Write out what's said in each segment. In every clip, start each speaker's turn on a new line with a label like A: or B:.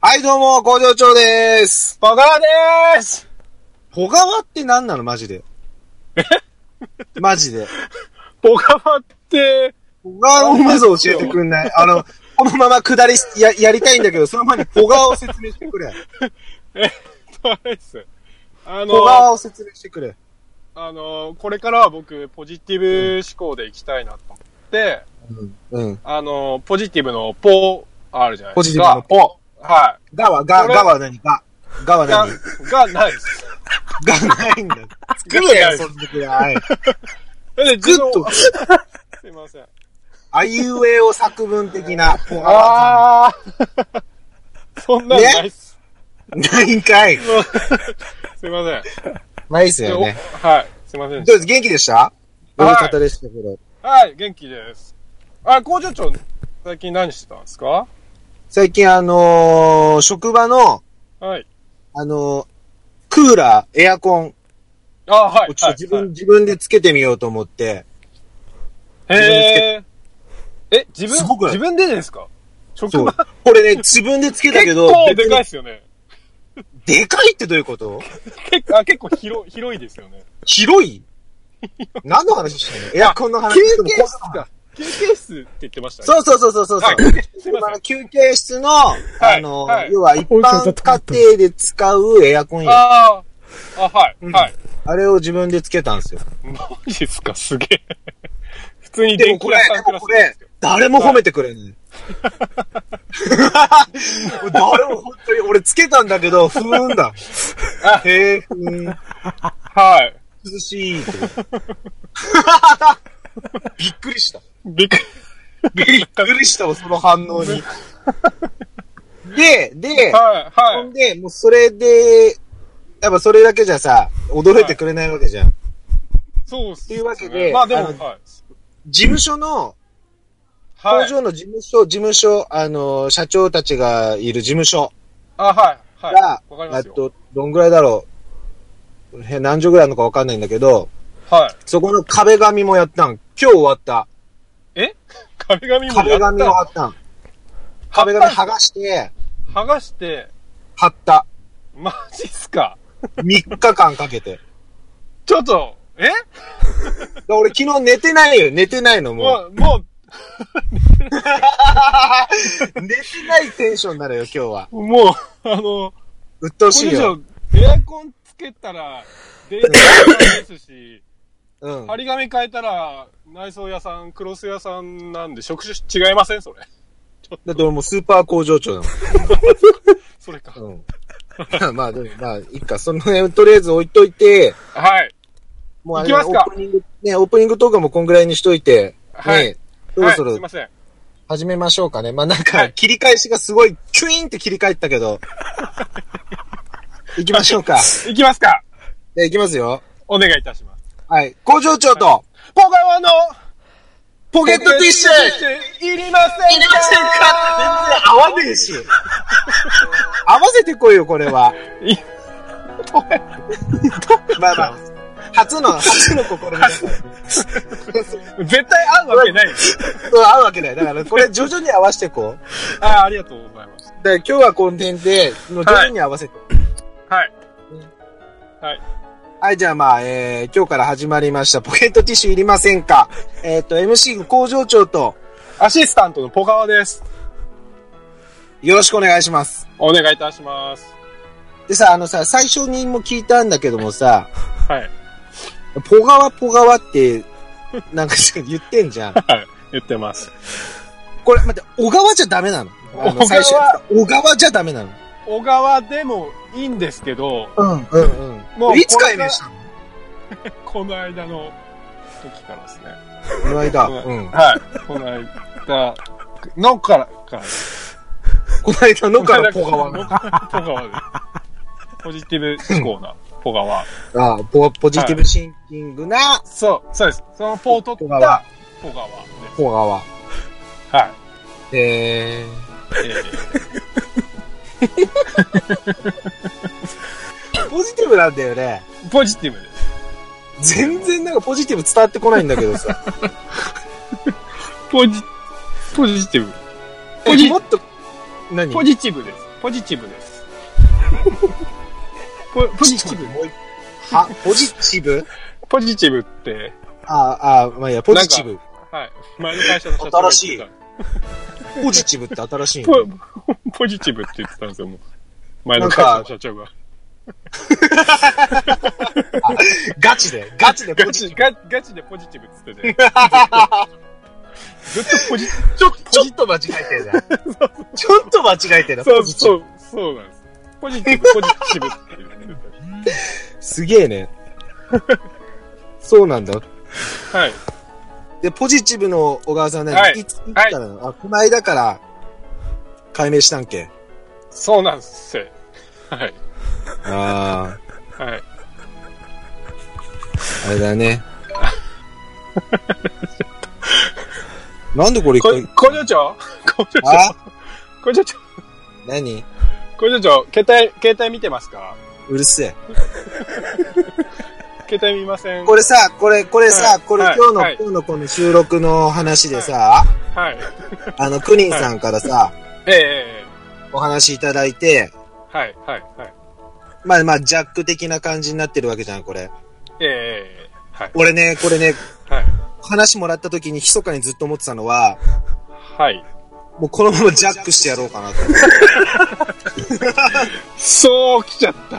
A: はい、どうも、工場長でーす。
B: バカでーす
A: 小川って何なのマジで。えマジで。
B: ボカバって、
A: 小川をまず教えてくん ない。あの、このまま下りや、やりたいんだけど、その前に小川を説明してくれ。
B: えっと、あれです。あ
A: 小川
B: の、
A: を説明してくれ。
B: あの、これからは僕、ポジティブ思考でいきたいなと思って、
A: うん。うん。
B: あの、ポジティブのポあるじゃない
A: ポ
B: で
A: ジ
B: す
A: テ
B: か。
A: ィブのポ。
B: は
A: ガは、ガ、
B: これ。
A: ガは何ガ。ガはい
B: が
A: 何、
B: がないです。
A: ガないんだ。作れよ、そんなくらい。
B: え、
A: グッと、
B: すいません。
A: あいうえお作文的な小川。
B: あー。 そんなんないっす。
A: ないんかい。
B: すいません。
A: ないっすよ
B: お
A: ね。
B: はい。すいません
A: ど。うです元気でした大方でしたけど。
B: はい、元気です。あ、工場長、最近何してたんですか
A: 最近あのー職場の、
B: はい。
A: あのークーラー、エアコン
B: あ、はい。
A: をちょっと自分、自分でつけてみようと思って、
B: はいへえ。え、自
A: すごく
B: 分、
A: ない
B: 自分でですか職
A: そう
B: 場。
A: これね、自分でつけたけ
B: 結
A: ど、
B: 構でかい
A: い。
B: ですよね。
A: でかいってどういうこと
B: 結構、あ、結構広、広いですよね。
A: 広い何の話してんのエアコンの話
B: 休
A: でも
B: 憩室か。休憩室って言ってましたね。
A: そうそうそうそうそう。
B: はいすいま
A: あの休憩室の、あの、
B: はい
A: 要は一般家庭で使うエアコン
B: せん。
A: や。
B: ああ、あ、はい、
A: うん
B: はい。
A: あれを自分でつけたんですよ。
B: マジっすか、すげえ。普通に
A: で
B: 電
A: も
B: 気
A: これ
B: 屋さん、
A: で
B: クラ
A: も
B: ス
A: こ
B: で
A: れ
B: すけど。、
A: 誰も褒めてくれない。 誰も本当に、俺つけたんだけ ど、ふーんだ。へえ、ふーん。
B: はい。
A: 涼し いって。びっくりした。
B: びっくり。
A: びっくりしたわ、その反応に。で、で、
B: はい、
A: ほ
B: は
A: ん
B: い。
A: で、もうそれで、やっぱそれだけじゃさ、驚いてくれないわけじゃん。
B: そうっすね。
A: っていうわけで
B: まあで
A: あ
B: も、
A: の
B: はい。
A: 事務所の、
B: は
A: 工
B: い。
A: 場の事務所、事務所、あの、社長たちがいる事務所
B: あ、はい、はい。
A: が
B: わ、かり
A: え
B: ま
A: っ
B: すよ。
A: と、どんぐらいだろう。へ何畳ぐらいあるのかわかんないんだけど、
B: はい。
A: そこの壁紙もやったん。今日終わった。
B: え 壁紙もやった
A: 壁紙を貼ったん。壁紙剥がして、
B: 剥がして、
A: 貼った。
B: マジっすか
A: 3日間かけて。
B: ちょっと、え
A: だから俺昨日寝てないよ。寝てないの、もう。
B: もう、も
A: 寝てないテンションなのよ、今日は。
B: う、もう、あの、
A: うっとう
B: こ
A: し
B: れ
A: い
B: 以
A: よ。
B: 上、エアコンつけたら、電気屋さんですし、
A: うん。
B: 張り紙変えたら、内装屋さん、クロス屋さんなんで、職種違いませんそれ。
A: だって俺もうスーパー工場長だもん。
B: それか。
A: うん。 まあまあ、でもまあ、いいか。その辺、とりあえず置いといて、
B: はい。
A: もうあ
B: 行
A: れ
B: きますか
A: オープニング、ね、オープニングトークもこんぐらいにしといて、
B: はい
A: ね、そろそ
B: はい、
A: ろ
B: すいません。
A: 始めましょうかね。まあなん
B: は
A: か、
B: い
A: 切り返しがすごい、キュイーンって切り替えったけど、行きましょうか。
B: いきますか。
A: で、行きますよ。
B: お願いいたします。
A: はい。工場長と、
B: 小川の、
A: ポケットティッシュ
B: いりませんか
A: いりませんか全然合わねえし。合わせてこいよ、これは。
B: い
A: まあまあ、初の、初の試みだから。
B: 絶対合うわけないです。
A: そう合うわけない。だから、これ徐々に合わせていこう。
B: あーありがとうございます。
A: で、今日はこの点で、もう徐々に合わせて。はい、
B: はい。
A: じゃあまあ、えー、今日から始まりました、ポケットティッシュいりませんかえっ、と、MC 工場長と、
B: アシスタントのポカワです。
A: よろしくお願いします。
B: お願いいたします。
A: でさ、あのさ、最初にも聞いたんだけどもさ、
B: はい。
A: ポガワポガワって、なんかちょっと言ってんじゃん。
B: はい。言ってます。
A: これ、待って、小川じゃダメなのあの、
B: 小川
A: 最初に。小川じゃダメなの。
B: 小川でもいいんですけど、
A: うん、うん、うん。
B: もう
A: いつ解明したの
B: この間の時からですね。
A: この間。うん。
B: はい。この間のから、から。
A: この間のからポ
B: こ
A: ガワ。
B: の間のからポカワです。ポジティブ思考な、ポガワ。
A: ああポ、ポジティブシンキングな
B: そう、そうです。そのポを取
A: ポ
B: っ
A: ガワ
B: た。ポガワです。
A: ポガワ。
B: はい。
A: え
B: えー
A: ー、ポジティブなんだよね。
B: ポジティブです。
A: 全然なんかポジティブ伝わってこないんだけど さ。
B: ポジ、ポジティブ。ポ
A: え
B: ジ
A: もっと、何
B: ポジティブです。ポジティ ブです。ポポジティブ
A: あ、ポジティブ
B: ポジティブって、
A: ああ、まあいいや、ポジティブ。
B: はい。前の会社の社長が言って
A: ポジティブって新しい
B: た
A: の
B: ポ ポジティブって言ってたんですよ、もう。前の会社の社長が。
A: ガチで、ガチでポ
B: ガ
A: ジティ
B: チ、
A: ブ。
B: ガガチでポジティブっ て言ってて。ずっとポジティブ。
A: ちょ、ちょっと間違えてるな。 ちょっと間違えてるな、
B: そ
A: ポ
B: う、
A: ジティブ。
B: そう、そうなんです。ポジティブ、ポジティブって言って
A: すげえ ね。そうなんだ。
B: て。はい。
A: で、ポジティブの小川さんね、
B: はい
A: いつ、いつからなの、あ、この間から、解明したんけ。
B: そうなんですよ。はい。
A: あ
B: はい。
A: あ、あれだ ね。なんでこれ一
B: こ
A: 回、、
B: 工場長工場長
A: あ
B: 工場長
A: 何
B: 工場長、携帯、携帯見てますか
A: うるせえ。
B: 携帯見ません
A: これさ、これ、これさ、
B: はい
A: これ
B: はい
A: 今日の、
B: はい
A: 今日のこの収録の話でさ、
B: はい。
A: あの、クニンさんからさ、
B: ええ
A: お話いただいて、
B: はい、はい、はい。
A: まあまあ、ジャック的な感じになってるわけじゃん、これ。
B: ええはい、
A: 俺ね、これね、
B: はい、
A: 話もらった時に密かにずっと思ってたのは、
B: はい。
A: もうこのままジャックしてやろうかなと。
B: そう来ちゃった。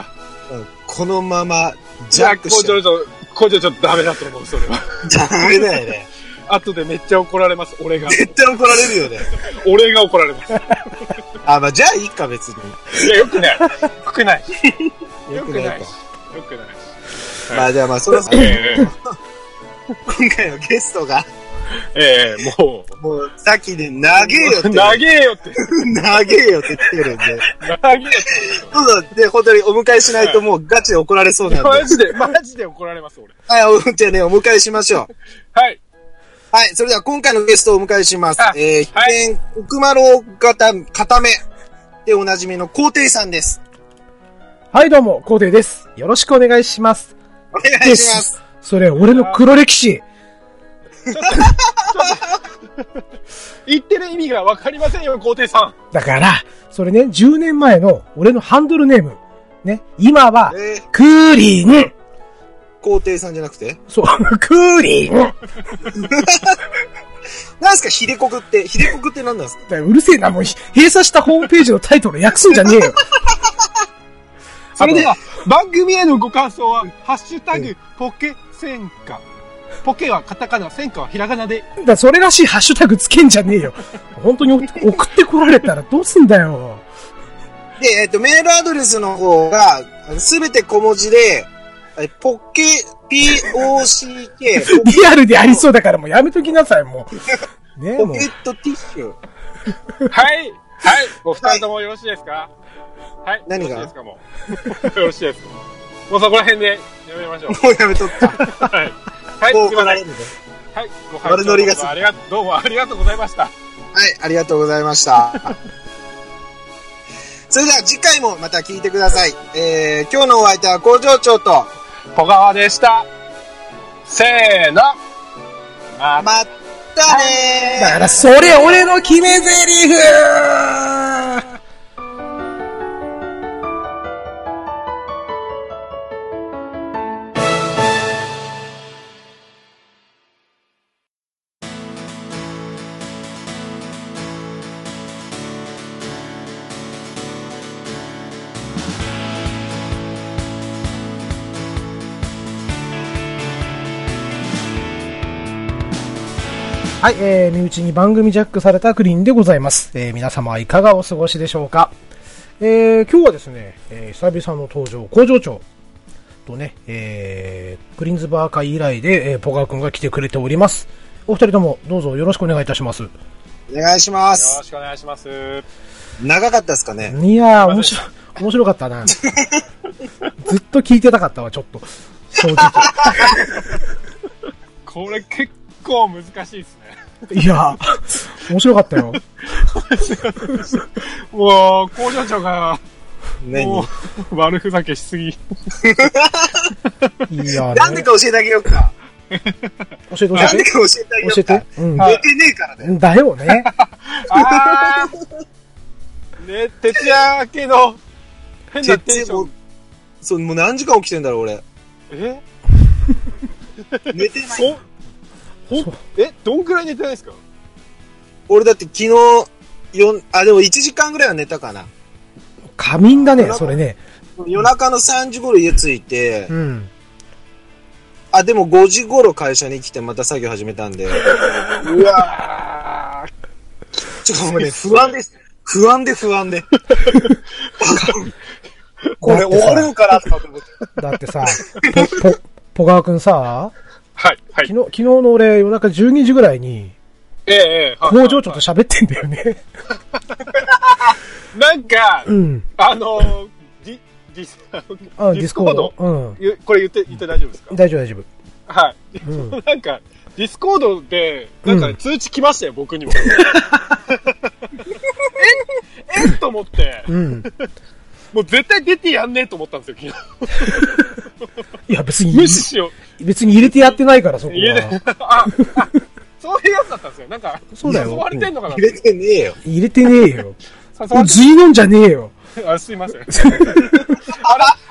A: うんこのままジ
B: じゃ
A: ャ
B: あ、
A: ック
B: 工
A: しちゃ
B: 場
A: う。
B: 長、工場長ダメだと思う、それは。
A: ダメだよね。
B: 後でめっちゃ怒られます、俺が。
A: 絶対怒られるよね。
B: 俺が怒られます。
A: あ、まあじゃあいいか別に。
B: いや、よくない。よくない。
A: よ
B: よ
A: く
B: く
A: な
B: ないい
A: か。
B: し。よくないし。
A: まあじゃあまあそろそろ
B: ええ
A: 今回のゲストが、
B: ええもう。
A: もうさっきで長えよって。
B: 投げよって。
A: 長えよって言ってるんで。
B: 投げよって。
A: そうそう。で、本当にお迎えしないともうガチで怒られそうなんで。
B: マジで、マジで怒られます、俺。
A: はい、おじゃあね、お迎えしましょう。
B: はい。
A: はい、それでは今回のゲストをお迎えします
B: あ。
A: えー、必
B: はい
A: 見、奥丸型、固めでおなじみの皇帝さんです。
C: はい、どうも、コーデです。よろしくお願いします。
A: お願いします。
C: それ、俺の黒歴史。
B: 言ってる意味がわかりませんよ、皇帝さん。
C: だから、それね、10年前の俺のハンドルネーム。ね、今は、
A: えー、
C: クーリーン。
A: 皇帝さんじゃなくて
C: そう、 クーリーン。
A: なんすか、ヒデコクって。ヒデコクって何なんですか
C: だからうるせえな、もう、閉鎖したホームページのタイトル訳すんじゃねえよ。
B: それでは、番組へのご感想は、ハッシュタグ、ポケセンカ。ポケはカタカナ、センカはひらがなで。
C: だからそれらしいハッシュタグつけんじゃねえよ。本当に送 ってこられたらどうすんだよ。
A: で、えっ、と、メールアドレスの方が、すべて小文字で、えポケ、P-O-C-K、
C: リアルでありそうだからもうやめときなさい、も う。ねえ、
A: ポ
C: もう
A: ケ。ットティッシュ。
B: はい。はい。お二人ともよろしいですかはい。
A: 何が
B: よろしいですか、もう。よ ろしいですか。もうそこら辺で、やめましょう。
A: もうやめとった。
B: はい。はい、
A: もう
B: すいま
A: 怒ら
B: せ
A: れ
B: ん。
A: るね。
B: はい、ご
A: 悪ノリが過ぎた
B: ありがどうもありがとうございました。
A: はい、ありがとうございました。 それでは次回もまた聞いてください。えー、今日のお相手は工場長と、
B: 小川でした。せーの。ま
A: またねー
C: だから、それ俺の決め台詞はい、えー、身内に番組ジャックされたクリーンでございます。えー、皆様はいかがお過ごしでしょうかえー、今日はですね、えー、久々の登場、工場長とね、えー、クリーンズバー会以来で、えー、ポガー君が来てくれております。お二人ともどうぞよろしくお願いいたします。
A: お願いしま
B: よ
A: す
B: ろ。しくお願いします。
A: 長かったですかね。
C: いやー、面白、面白かっ たな。ずっと聞いてたかったわ、ちょっと。正直。
B: これ結構難しいですね。
C: いやー、面白かったよ。
B: もう、工場長が、
A: 何
B: もう、悪ふざけしすぎ。
C: いやー、ね、
A: なんでか教えてあげようか。
C: 教えて教
A: なん
C: え
A: で
C: て。
A: か教えてあげよ
C: 教
A: う
C: え
A: か
C: て。。うん
B: は。い
A: 寝てねえからね。
C: だよね。
B: あーね、徹夜明けの変なテンション。
A: そう、もう何時間起きてんだろう、俺。
B: え
A: 寝てない。
B: ほん、ほん、え、どんくらい寝てないですか
A: 俺だって昨日、四あ、でも1時間ぐらいは寝たかな。
C: 仮眠だね、それね。
A: 夜中の3時頃家着いて、
C: うん。
A: あ、でも5時頃会社に来てまた作業始めたんで、
B: うわー
A: ちょっともうね、不安です。不安で不安で。これ終わるのかなとか思って。
C: だって さ、ぽ、ぽ、ぽがわくんさ、
B: はい、はい。
C: 昨日、昨日の俺夜中12時ぐらいに、
B: ええ、ええ、はい
C: 工場長と喋ってんだよね。
B: なんか、
C: うん。
B: あのー、ディ、ディス、あ
C: あ
B: の
C: ディスコード。うん。
B: ゆこれ言って、言って大丈夫ですか
C: 大丈夫、大丈夫。
B: はい。
C: うん。
B: なんか、ディスコードで、なん
C: う
B: か
C: ん
B: 通知来ましたよ、僕にも。ええっと思って、
C: うん。
B: もう絶対出てやんねえと思ったんですよ、昨
C: いや、別
B: 日。無視
C: に、
B: しよ
C: 別に入れてやってないから、そこ
B: う。家で
C: は。。
B: あ、あ、そういうやつだったんですよ。なんか、
C: そうだよ
B: 誘われてんのかな
A: 入れてねえよ。
C: 入れてねえ よ。
B: 誘
C: お
B: われ
C: じいのんじゃねえよ。
B: てあ、すいません。あれ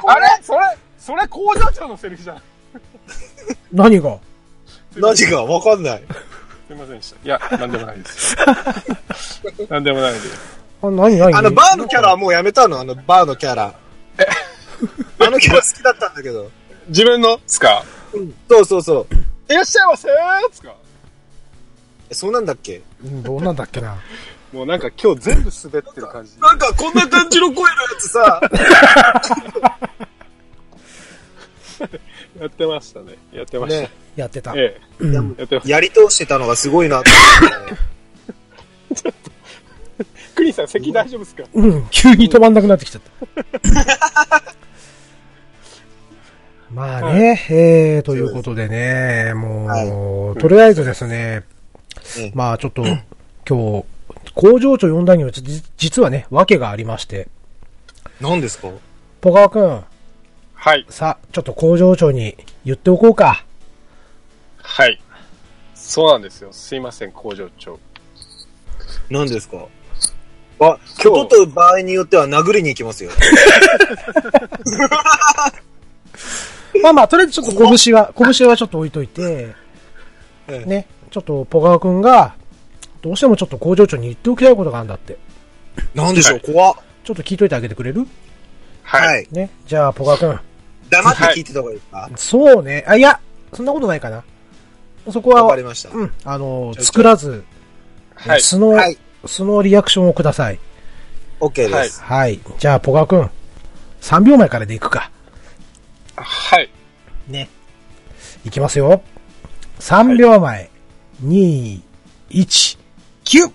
B: あれそれ、それ工場長のセリフじゃん。
C: 何が
B: すいま
A: 何
B: せん
A: がわかんない。
B: すいませんでした。いや、なんでもないです。なんでもないです。
C: あ、何何
A: あの、バーのキャラはもうやめたのあの、バーのキャラ。 あのキャラ好きだったんだけど。
B: 自分のっすか
A: うん。そうそうそう。
B: いらっしゃいませーっすか
A: えそうなんだっけ
C: うんどうなんだっけな。
B: もうなんか今日全部滑ってる感じ。
A: なんかこんな感じの声のやつさ、
B: やってましたね。やってました。
A: ね、
C: やってた。
B: ええ。
C: ん
B: やってまし
A: やり通してたのがすごいなって思ったね
B: た。クリンさん、席大丈夫ですか
C: うん、 急に止まんなくなってきちゃった。 まあね、えー、ということでね、もう、とりあえずですね
A: うん、
C: まあちょっと、 今日、工場長呼んだには、ちょじ実はね、訳がありまして、
A: 何ですか
C: ポカワくん、
B: はい。
C: さ、ちょっと工場長に言っておこう か。
B: はい。そうなんですよ。すいません、工場長。
A: 何ですかあ、今日と場合によっては殴りに行きますよ。
C: まあまあ、とりあえずちょっと拳は、拳はちょっと置いといて、
A: ええ
C: ね、ちょっとポカワくんが、どうしてもちょっと工場長に言っておきたいことがあるんだって。
A: 何でしょう怖っ。
C: ちょっと聞いといてあげてくれる
B: はい。
A: い。
C: ね。じゃあ、ポカくん。
A: 黙って聞いてた方がいいですか
C: そうね。あ、いや、そんなことないかな。そこは、
A: わかりました。
C: うん、あ
A: ちょ
C: の、
A: いちょい
C: 作らず、
B: はい。
C: 素の、
A: はい。
C: 素のリアクションをください。
A: OK
B: は
A: で
B: い
A: す。
C: はい。じゃあ、ポカくん。3秒前からでいくか。
B: はい。
C: ね。いきますよ。3秒前、2、1。
A: キュッ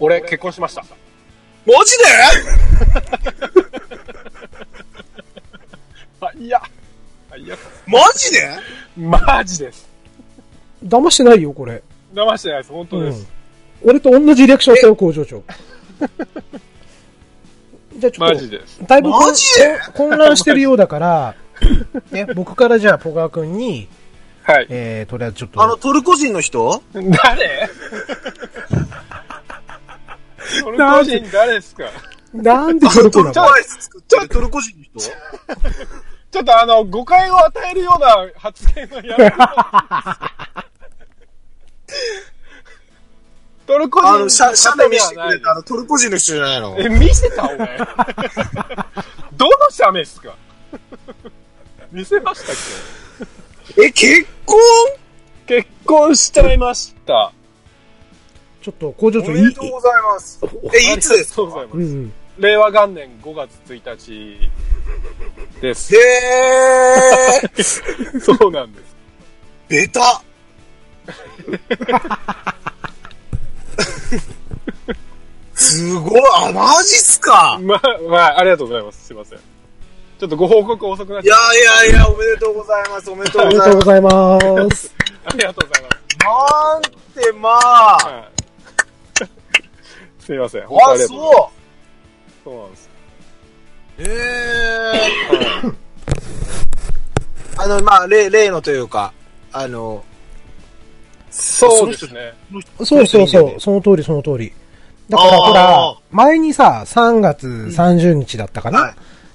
B: 俺、結婚しました。
A: マジで
B: あ、いや。あいや。
A: マジで
B: マジです。
C: 騙してないよ、これ。
B: 騙してないです。本当で
C: うん
B: す。
C: 俺と同 じリアクションしたよ、工場長。じゃあ、ちょっ
B: マ
C: と
B: ジ、です。
C: だいぶこん
A: マジで
C: こん混乱してるようだから、ね、僕からじゃあ、ポガー君に、
B: はい。
C: えー、とりあえずちょっ と、
A: あの、トルコ人の人
B: 誰 トルコ人誰ですか
C: なんでトルコな
A: ト
C: の
A: ルコアイス作ってるトルコ人の人
B: ちょっとあの、誤解を与えるような発言はやめてもらっていいですかトルコ人
A: あの、シャ、シャメ見せて
B: 方
A: くれ
B: で
A: たあ
B: は
A: の、トルコ人の人じゃないの
B: ないえ、見せたお前。どのシャメですか見せましたっ
A: え、結婚
B: け結婚しちゃいました。
C: ちょっと工場
A: お
C: 長
A: め
C: い
A: でとうございます。え、いつです
B: ありがとう
A: か
B: ございます
C: う。ん、
B: 令和元年5月1日 です。
A: へー。
B: そうなんです。
A: ベタすごいあ、マジっすか
B: まあ、まあ、ありがとうございます。すいません。ちょっとご報告遅くなっ
A: い
B: ちゃ
A: やいやいや、おめでとうございます、おめでとう
C: あり
A: ご
C: が
A: ざ
C: と
A: いうま
C: ご
A: す。
C: ざいます。
B: う。ありがとうございます。
A: なんて、まあ。
B: はいすいません。本当
A: あ、
B: ありがとうござ
A: そ
B: います。そうなんです。
A: う。ええあの、まあ、例、例のというか、あの、
B: そうですね。
C: そうそうそう、その通りその通り。だからほ
A: あ
C: ら
A: ー、
C: 前にさ、3月30日だったか
A: は
C: な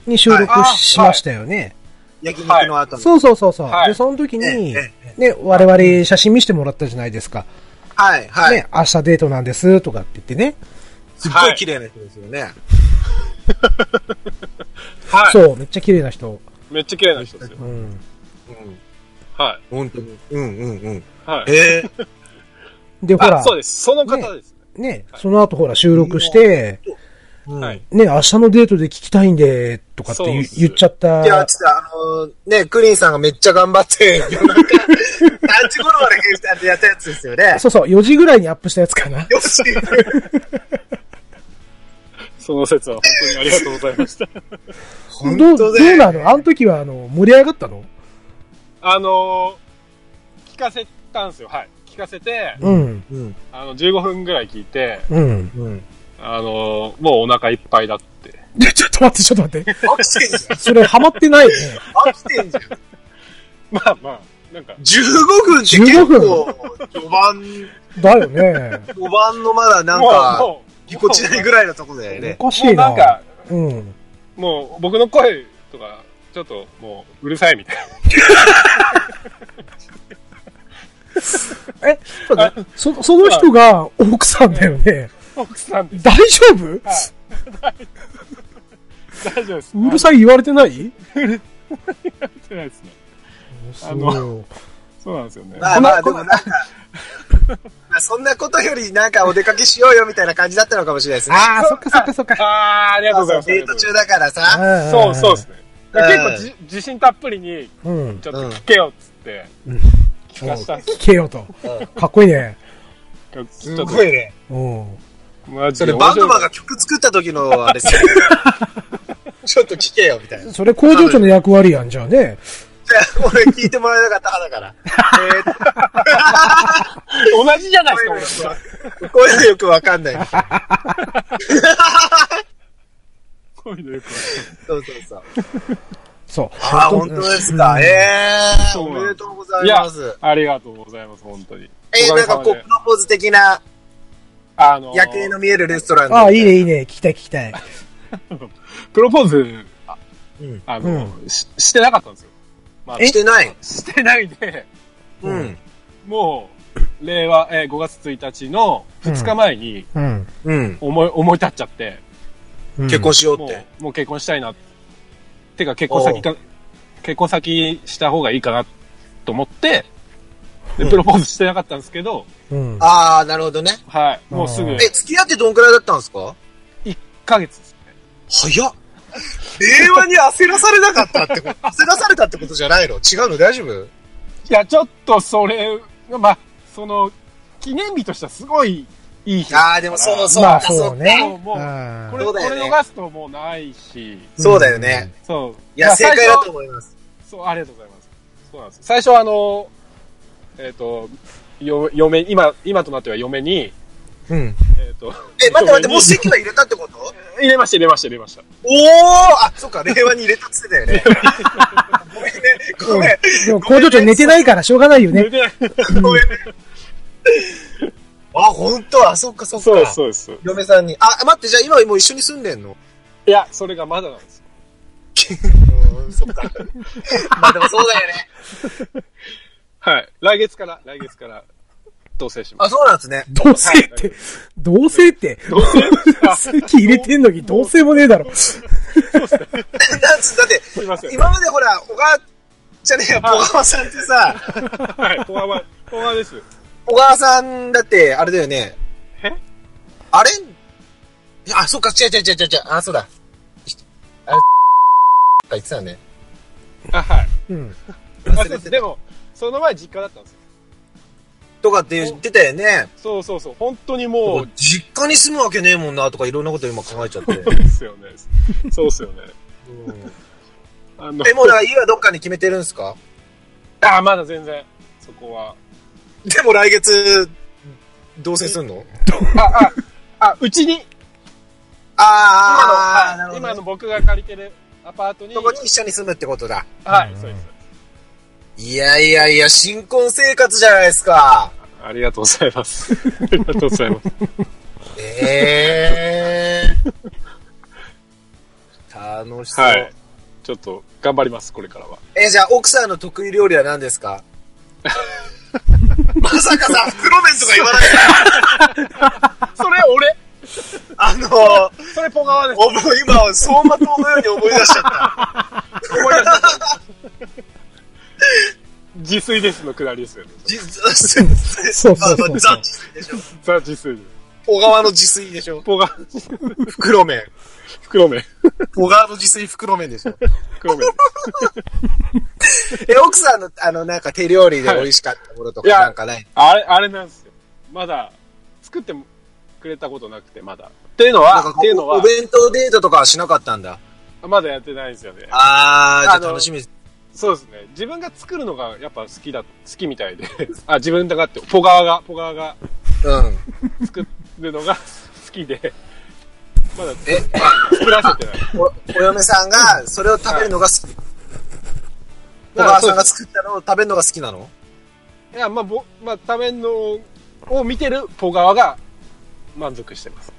C: いに収録
B: はいあー
C: しましたよね。
A: 焼肉の後に。
C: そうそうそうそう。
B: はい
C: で、その時に
A: え、
C: ね、我々写真見せてもらったじゃないですか。
A: はい、はい。
C: ね、明日デートなんですとかって言ってね。
A: すっごい綺麗な人ですよね。
B: は
C: そう、めっちゃ綺麗な人。
B: い。めっちゃ綺麗な人ですよ
C: う。ん。
A: うん。
B: はい。
A: 本当に。うん、うん、うん。
B: はい。
A: ええ。
C: で、ほ
B: あ、
C: ら
B: そう、です。その方です。
C: ね、その後ほら収録して、
A: は
B: はいい。
C: ね、明日のデートで聞きたいんで、とかって
B: そう
C: 言
B: っ
C: う
B: す
C: 言っちゃった。
A: いや、ちょっとあのーね、クリーンさんがめっちゃ頑張って、 夜中、何時頃までやったやつですよね。
C: そうそう、4時ぐらいにアップしたやつかな。
A: よし。
B: その説は本当にありがとうございま した。
A: 本
C: どう、ど
A: 当
C: う
A: だよ
C: なのあの時は、あの、盛り上がったの
B: あのー、聞かせたんですよ。はい。聞かせて、
C: うん、
A: うん。
B: あの、15分ぐらい聞いて、
C: うん。
A: うん。
B: あのー、もうお腹いっぱいだって。
C: いやちょっと待って、ちょっと待って。
A: 飽きてんじゃん。
C: それ、ハマってないね。
A: 飽きてんじゃん。
B: まあまあ、なんか、
A: 15分って結構、序盤、
C: だよね。
A: 序盤のまだなんか、
B: もう、もう
A: ぎこちないぐらいのとこだよね
C: お。かし
B: もう
C: い
B: な
C: な。
B: んか、
C: うん。
B: もう僕の声とか、ちょっともう、うるさいみたい
C: え、ちょっと待ってそその人が奥さんだよね。
B: な。奥さんです。
C: 大丈夫
B: 大丈夫です。
C: うるさい言われてない
B: い。てないですね。
C: そ
B: あの
C: う。
B: そうなんですよね。
A: まあまあ、でもなんか、まあそんなことよりなんかお出かけしようよみたいな感じだったのかもしれないですね。
C: ああ、そっかそっかそっか。
B: あー、ありがとうございます。
A: デート中だからさ。
C: あー
B: そうそうです。ね。
A: うん
B: 結構じ自信たっぷりに、
C: うん。
B: ちょっと聞けよっつって、聞かしたんです
C: 聞けよと。かっこいいね。
B: よ。ち
A: す
B: ょっと
A: ごいね。
C: うん。
B: マジ
A: そ
B: で
A: れ
B: 面
A: バン
B: 白
A: ド
B: い
A: マンが曲作った時のあれですよ ちょっと聞けよみたいな。い
C: それ工場長の役割やんじゃあね。
A: や 俺聞いてもらえなかった派だから。えーっと
B: 同じじゃない
A: 声の
B: で
A: よ
B: す
A: く
B: か、
A: わ声のよくわかんない。
B: 俺。こういうのよくわ
A: そうそうそう。
C: そう。
A: あー、本当ですか。ええー、
B: そう
A: お
B: なん
A: めでとうござ
B: かんな
A: い
B: いいや
A: ます。、
B: ありがとうございます、本当に。
A: えー、なんかこ
B: お
A: う、
B: かげさまで
A: プロポーズ的な
B: あのー
A: 夜景の見えるレストラン
C: ああ、いいね、いいね。聞きたい、聞きたい。
B: プロポーズ、あ
A: うん
B: あのー、ししてなかったんですよ。まあ、
A: えしてない。
B: してないで、
A: うん。
B: もう、令和、えー、5月1日の2日前に
C: うん。
A: うん。
B: 思い、思い立っちゃって、
C: うん
A: 結婚しようっ
B: も
A: て。
B: う、もう結婚したいな。てか、結婚先か、結婚先した方がいいかなと思って、で、プロポーズしてなかったんですけど、
C: うん。
A: ああ、なるほどね。
B: はい。もうすぐ
C: あ
B: 1
C: ー
A: え、付き合ってどんくらいだったんですか
B: ヶ月ですね。
A: 早 っ。令和に焦らされなかったってこと、焦らされたってことじゃないの違うの大丈夫
B: いや、ちょっとそれ、まあ、その、記念日としてはすごいいい日。
A: ああ、でもそうそう
C: ま
A: か、
C: あ、そう
B: も
C: ね
B: う。もう
C: あ
B: これ、
C: ー
A: そ
B: こ
A: うだよ
B: れ
A: ね
B: 逃すともうないし、
A: そうそうだよね。。
B: そう。
A: いや、
B: まあ
A: 正解だと
B: 最初
A: 思います。
B: そう、ありがとうございます。そうなんですよ。最初はあの、えっ、と、よ嫁、今、今となっては嫁に、
C: うん。
B: えっ、と、
A: え、待って待って、もう
B: 嫁に
A: 席は入れたってこと
B: 入れました、入れました、入れました。
A: おーあ、そっか、令和に入れたって言ってたよね。ごめんね、ごめん。
C: でも工場長寝てないからしょうがないよね。
A: ごめんね。あ、ほんとあ、そっかそっか。
B: そうそうです。
A: 嫁さんに。あ、待って、じゃあ今もう一緒に住んでんの
B: いや、それがまだなんですよ。
A: うん、そっか。 まあでもそうだよね。
B: はい。来月から、来月から、同棲しま
A: あ、そうなんですね。
C: 同棲って、同棲って、席入れてんのに同棲もねえだろ。
A: なんつだって、
B: す。すいません。
A: 今までほら、小川、じゃねえや、小川さんってさ、
B: はい、小川、小川です。
A: 小川さんだって、あれだよね。
B: え
A: あれいやあ、そうか、違う違う違う違う違う。あ、そうだ。あれ、か言ってたね。
B: あ、はい。
C: うん。
B: あそうですでも、その前実家だったんですよ。
A: とかって言ってたよね。
B: そうそうそう。本当にもう、
A: 実家に住むわけねえもんなとかいろんなこと今考えちゃ って。
B: そうですよね。そうですよね。あの
A: え、、もうだから家はどっかに決めてるんですか
B: あ、まだ全然、そこは。
A: でも来月、同棲すんの
B: あ、あ、あ、うちに、
A: あー
B: 今
A: あー、なる
B: の、
A: ほど
B: 今
A: ね
B: の僕が借りてるアパートに、
A: そこに一緒に住むってことだ。
B: はい、そうです。
A: いやいやいや、新婚生活じゃないですか。
B: ありがとうございます。ありがとうございます。
A: ええー。楽しそう。
B: はい。ちょっと、頑張ります、これからは。
A: えーじゃあ奥さんの得意料理は何です かまさかさ、袋麺とか言わないで
B: それ俺
A: あの
B: それポガワです。
A: おもう今、走馬灯のように思い出しちゃった。
B: 思い出した自炊ですのくだりですよね。
A: そうそ
C: そうそうそう
A: ザ自炊でしょ。
B: ザ自炊です。
A: 小川の自炊でしょ。
B: ポガ、
A: 袋麺。
B: 袋麺。
A: 小川の自炊袋麺でしょ。
B: 袋麺。
A: え、奥さんの、あの、なんか手料理で美味しかったものとか
B: はいいや
A: なんかない。
B: あれ、あれなんですよ。まだ、作ってもくれたことなくて、まだ。っていうの
A: なん
B: は、
A: か
B: っていうの
A: お
B: は
A: お、弁当デートとかはしなかったんだ。
B: まだやってないんですよね。
A: あー、じゃあ
B: あの
A: 楽しみです。
B: そうですね。自分が作るのがやっぱ好きだ、好きみたいで。 あ、自分だがって、ポガワが、ポガワが
A: うん。
B: 作るのが 好きで、まだ
A: え、
B: 作らせてない。
A: お、お嫁さんがそれを食べるのが好き。小川さんが作ったのを食べるのが好きなの
B: いや、まあ、ぼ、まあ、ためのを見てるポガワが満足してます。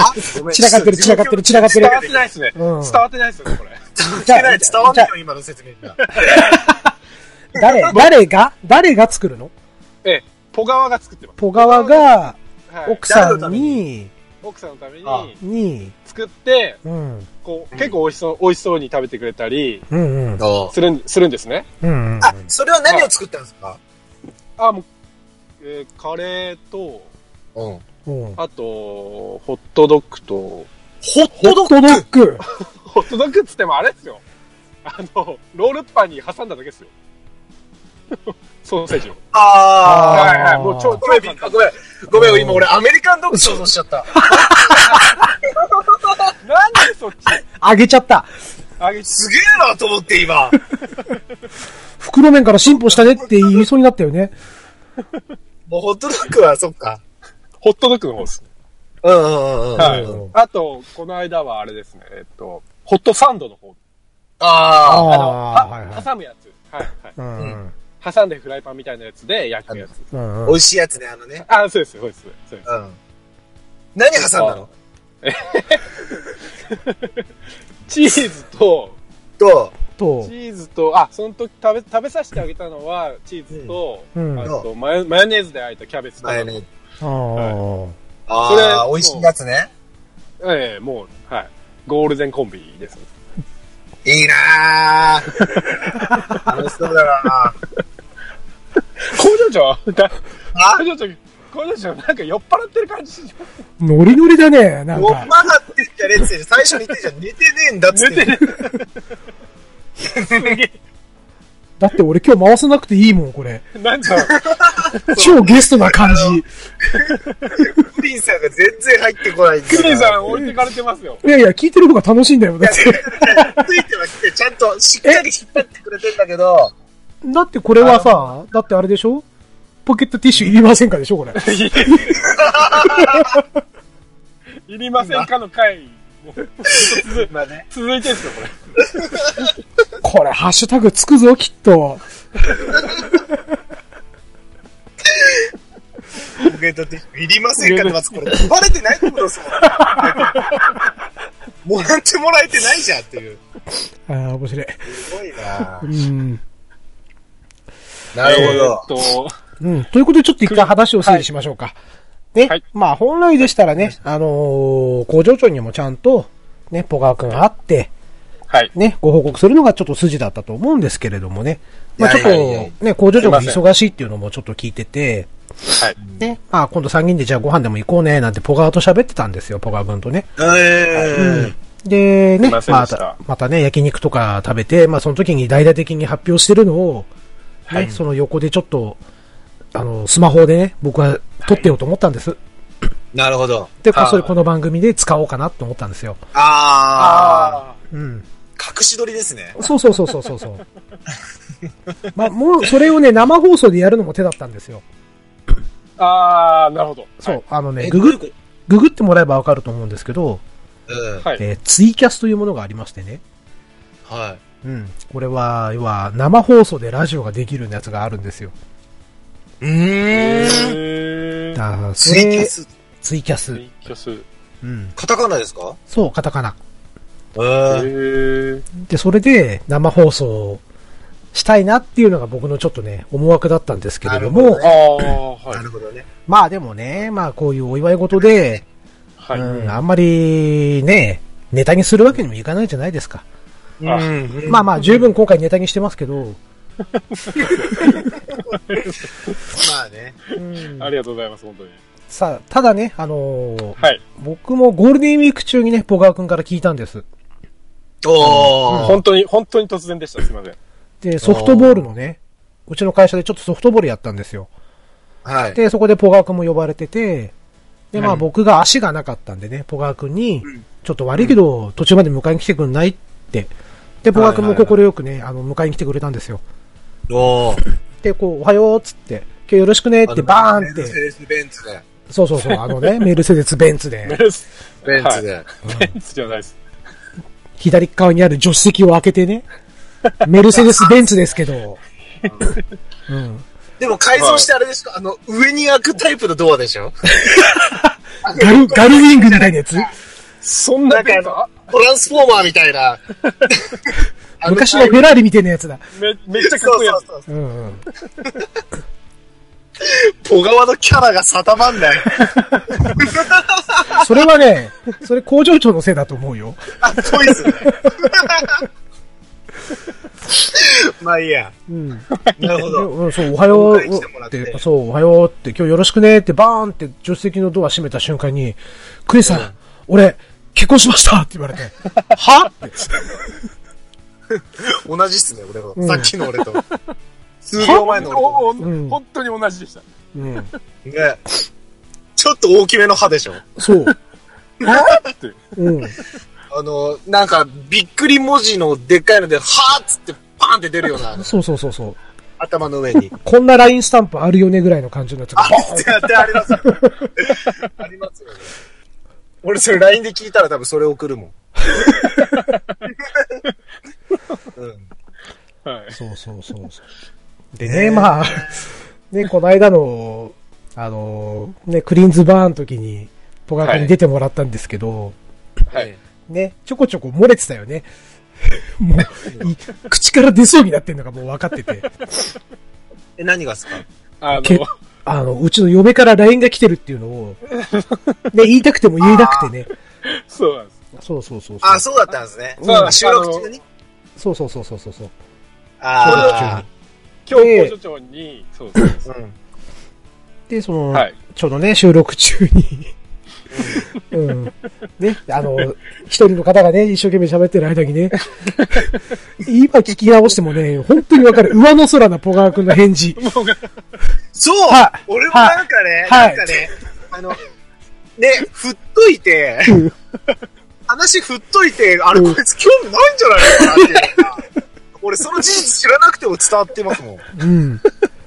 A: はごめん
C: 散らかってる、散らかってる、散らかって
B: 伝
C: る
B: わ。ってないですね。
C: うん
B: 伝わってないですよね、これ。
C: じゃあ
A: 伝わんないよ、今の説明が。
C: 誰、誰が、誰が作るの
B: ええ、ポガワが作ってま
C: ポガワが
B: す。はい、
C: 奥さんに、
B: 奥さんのため
A: ああ
B: に
C: に、
B: 作って、
C: うん、
B: こう、結構美味しそう、美味しそうに食べてくれたり、
C: うん、うん、
B: するん、するんですね。
C: うんうん。
A: あ、それは何を作ったんですか
B: あ、もう、えーカレーと、
A: うん。
C: うん
B: あと、ホットドッグと、
A: ホッ
C: ホットドッグ
B: ホットドッグっつってもあれですよ。あの、ロールパンに挟んだだけですよ。 ソーセージを。
A: あ
B: はいはい。もう超、
A: ー。ごめん、
B: 超
A: びっ
B: 簡
A: く
B: 単
A: ごめん、ごめん、今俺アメリカンドッグ想像しちゃった。
B: なんでそっち
C: あげちゃった。
B: あげ
A: すげえなと思って今。
C: 袋麺から進歩したねって言いそうになったよね。
A: もうホットドッグは、そっか。
B: ホットドッグの方ですね。
A: うんうんうんうん。
B: はい
C: うん。
B: あと、この間はあれですね、えっと、ホットサンドの方。
A: ああ。
B: あの、は
C: はいはい。
B: 挟むやつ。はいはい。
C: うん、
B: 挟んでフライパンみたいなやつで焼くやつ。
C: うん
A: 美味しいやつね、あのね。
B: あ、そうです、そうです、そうです。
A: うん。何挟んだの
B: チーズと、
A: と、
C: と
B: チ、ーズと、あ、その時食べ、食べさせてあげたのは、チーズと、
C: うん
B: あとマヨマヨネーズで和えたキャベツと
A: マ
B: かの。
A: ヨネーズ。
C: ああ、
A: ああ、
B: それ
A: 美味しいやつね。
B: ええもう、はい。ゴールデンコンビですね。
A: いいなー 楽しそうだな
B: 工場長だ
A: あ
B: 工場長、工場長なんか酔っ払ってる感じしま
C: ノリノリだね、なん
A: お前
C: か。
A: がってんじゃねえって最初に言ってんじゃん。寝てねえんだっつ
B: す
A: って
B: 寝
A: んじゃ
B: て
A: ん。
B: る。すげえ。
C: だって俺今日回さなくていいもん、これ。
B: なんか、
C: 超ゲストな感じ。
A: プリンさんが全然入ってこないんだ
B: クリン
A: ん。
B: さん置いてかれてますよ。
C: いやいや、聞いてる方が楽しいんだよ。だっ
A: つ
C: て、
A: いては来て、ちゃんとしっかり引っ張ってくれてんだけど、
C: だってこれはさ、だってあれでしょポケットティッシュいりませんかでしょ、これ。
B: いりませんかの回、もう
A: まあね、
B: 続いてるんですよ、これ。
C: これ、ハッシュタグつくぞ、きっと。
A: ポケットティッシュいりませんかって、まずこれ、バレてないってことです もん。もらってもらえてないじゃんっていう。
C: ああ、面白い。
A: すごいな
C: うん。
A: な
B: ど。
C: うん。ということで、ちょっと一回話を整理しましょうか。ね、
B: はい
C: まあ、本来でしたらね、あのー工場長にもちゃんと、ね、ポガー君が会って、
B: はい。
C: ね、ご報告するのがちょっと筋だったと思うんですけれどもね。まあ、ちょっと、
A: いやいやいや
C: ね、工場長が忙しいっていうのもちょっと聞いてて、
B: はい。
C: ね、まあ、今度3人でじゃあご飯でも行こうね、なんてポガーと喋ってたんですよ、ポガー君とね。
A: え
C: で、ね、
B: すいません
C: ま
B: でした
C: た、またね、焼肉とか食べて、まあ、その時に大々的に発表してるのを、ね、その横でちょっと、あの、スマホでね、僕は撮ってようと思ったんです。
A: なるほど。
C: で、こっそりこの番組で使おうかなと思ったんですよ。
A: あ
B: あ
C: うん。
A: ー、隠し撮りですね。
C: そうそうそうそうそうそう。 まあ、もう、それをね、生放送でやるのも手だったんですよ。
B: ーあー、なるほど。
C: そう、あのね、
A: え
C: ググ
A: どういうこ
C: ググってもらえばわかると思うんですけど、
A: うん。
B: はい。
C: えーツイキャスというものがありましてね。
A: はい。
C: うん。これは、要は、生放送でラジオができるようなやつがあるんですよ。
A: うーん。
B: えー
C: だからそ
A: ツイキャ
C: れ
A: ス。
C: ツイキャス。
B: 勉強する。
C: うん。
A: カタカナですか
C: そう、カタカナ。
A: え
B: へ
A: ー、
B: ー。
C: で、それで生放送をしたいなっていうのが僕のちょっとね、思惑だったんですけれど
A: なる
C: も、
A: ほど
B: ああ、は
A: ないる。ほどね。
C: まあでもね、まあこういうお祝い事で、
B: はい。
C: うん、あんまりね、ネタにするわけにもいかないじゃないですか。
A: うん
B: あ
A: うん
C: まあまあ十分今回ネタにしてますけど、
A: まあね。
C: うん
B: ありがとうございます、本当に。
C: さあ、ただね、あのー
B: はい。
C: 僕もゴールデンウィーク中にね、ポガー君から聞いたんです。
A: おー。
B: 本当に、本当に突然でした。すいません。
C: で、ソフトボールのね、うちの会社でちょっとソフトボールやったんですよ。
A: はい。
C: で、そこでポガー君も呼ばれてて、で、ま
A: う
C: あ
A: ん
C: 僕が足がなかったんでね、ポガー君に
A: ん、
C: ちょっと悪いけど、途中まで迎えに来てくんないって。で、ポガー君も快くね、あの、迎えに来てくれたんですよ。
A: おー。
C: で、こう、おはようっつって、今日よろしくねってバーンっ
A: メルセ
C: て、
A: デス・ベンツで。
C: そうそうそう、あ のね、メルセデス・ベンツ
B: ベ
C: で、
B: ンツ。
A: ベンツで。
B: ベンツじゃないです。
C: 左側にある助手席を開けてね、メルセデス・ベンツですけど、うん。
A: でも改造してあれですか、あの、上に開くタイプのドアでしょ
C: ガル、ガルウィングみたいなやつ
B: そん
A: な
B: なん
A: か
B: ベ
A: あ
B: ンツ
A: の、トランスフォーマーみたいな。あ
C: 昔のフェラーリみたいなやつだ。
B: め、めっちゃかっ
A: そ
B: こ
A: う
B: いいや
A: そう
B: つ。
A: そう。
C: うんうん。
A: 小川のキャラが定まんない。
C: それはね、それ工場長のせいだと思うよ。
A: あ、そうですね。まあいいや。
C: うん。
A: なるほ
C: で
A: ど。
C: うんそう、おはよう
A: 今回来てもら
C: っ
A: って
C: て、そう、おはようって、今日よろしくねって、バーンって助手席のドア閉めた瞬間に、クリスさん、
A: うん
C: 俺、結婚しましたって言われて、はって、
A: 同じっすね、俺も
C: うん。
A: さっきの俺と。 数秒前の俺と。
B: おお
C: うん
B: 本当に同じでした。
C: うん、
A: ねちょっと大きめの歯でしょ
C: そう、
B: って。
C: うん、
A: あの、なんか、びっくり文字のでっかいので、はーっつって、パーンって出るような、
C: そうそうそうそう、
A: 頭の上に。
C: こんなラインスタンプあるよねぐらいの感じのやつが、
A: 絶対ありますよ。 ありますよね。俺それ LINE で聞いたら多分それ送るもん。うん、
B: はい。
C: そうそうそうそう。でね、まあ、ね、この間の、あの、ね、クリーンズバーンの時に、ポガカに出てもらったんですけど、
A: はい。
C: ね、ちょこちょこ漏れてたよね。 もう、い口から出そうになってんのがもう分かってて。
A: え、何がですか
B: あ
C: け
B: の、
C: あの、うちの嫁から LINE が来てるっていうのを、ね、言いたくても言えなくてね。
B: そうなんです。
C: そうそうそうそう。
A: あ、そうだったんですね。
B: そう
A: あ収録中に
C: そうそうそうそうそうそう。
A: あ
B: 今日、工場長に、そうです。
A: あ。うん。
C: で、その、
B: はい。
C: ちょうどね、収録中に。 うん。ね、あの、一人の方がね、一生懸命喋ってる間に ね、今聞き直してもね、本当にわかる。上の空なポガー君の返事。
A: そう
C: はい
A: 俺もなんかね、
C: はい
A: なんかね、あの、ね、振っとい て、
C: うん
A: 話振っといて、あれ
C: う
A: こ
C: ん
A: いつ興味ないんじゃないのかなっていうのが。俺その事実知らなくても伝わってますもん。
C: うん。で、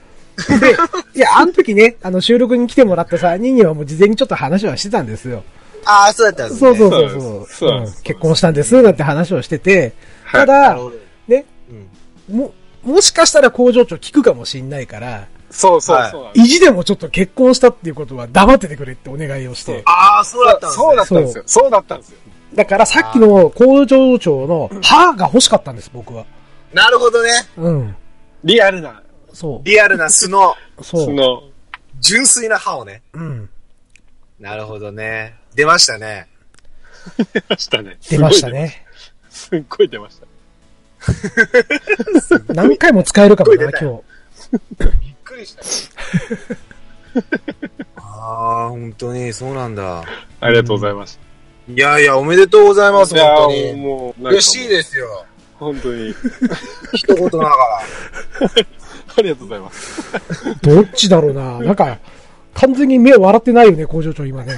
C: いや、あの時ね、あの、収録に来てもらった3人にはもう事前にちょっと話はしてたんですよ。
A: ああ、そうだったんですね。
C: そうそうそうそう。
B: そうなん
C: ん
B: です
C: 結婚したんです、なんて話をしてて、
B: は
C: た
B: い
A: な
C: だ
A: る、ほど。
C: ね、
A: うん。
C: も、もしかしたら工場長聞くかもしんないから、
B: そうそう
A: はい
B: そうなんです。
C: 意地でもちょっと結婚したっていうことは黙っててくれってお願いをして。
A: ああ、そうだったんですね。
B: そうだったんですよ。そうだったんですよ。
C: だからさっきの工場長の歯が欲しかったんです、僕は。
A: なるほどね。
C: うん。
B: リアルな、
C: そ
A: リアルな素の、
C: う。
B: そ
C: そう。
B: の、
A: 純粋な歯をね。
C: うん。
A: なるほどね。出ましたね。
B: 出ましたね。
C: 出ましたね。
B: すっごい出ました。
C: 何回も使えるかも
A: す
C: な、
A: っごい出た
C: 今
A: びっくり した。ああ、本当に、そうなんだ。
B: ありがとうございまし
A: いやいや、おめでとうございま
B: た。
A: す、本当
B: いやー
A: に。
B: もう、
A: 嬉しい
B: す。
A: ですよ。
B: 本当に。
A: 一言ながら。
B: ありがとうございます。
C: 日。どっちだろうな。なんか、完全に目笑ってないよね、工場長今ね。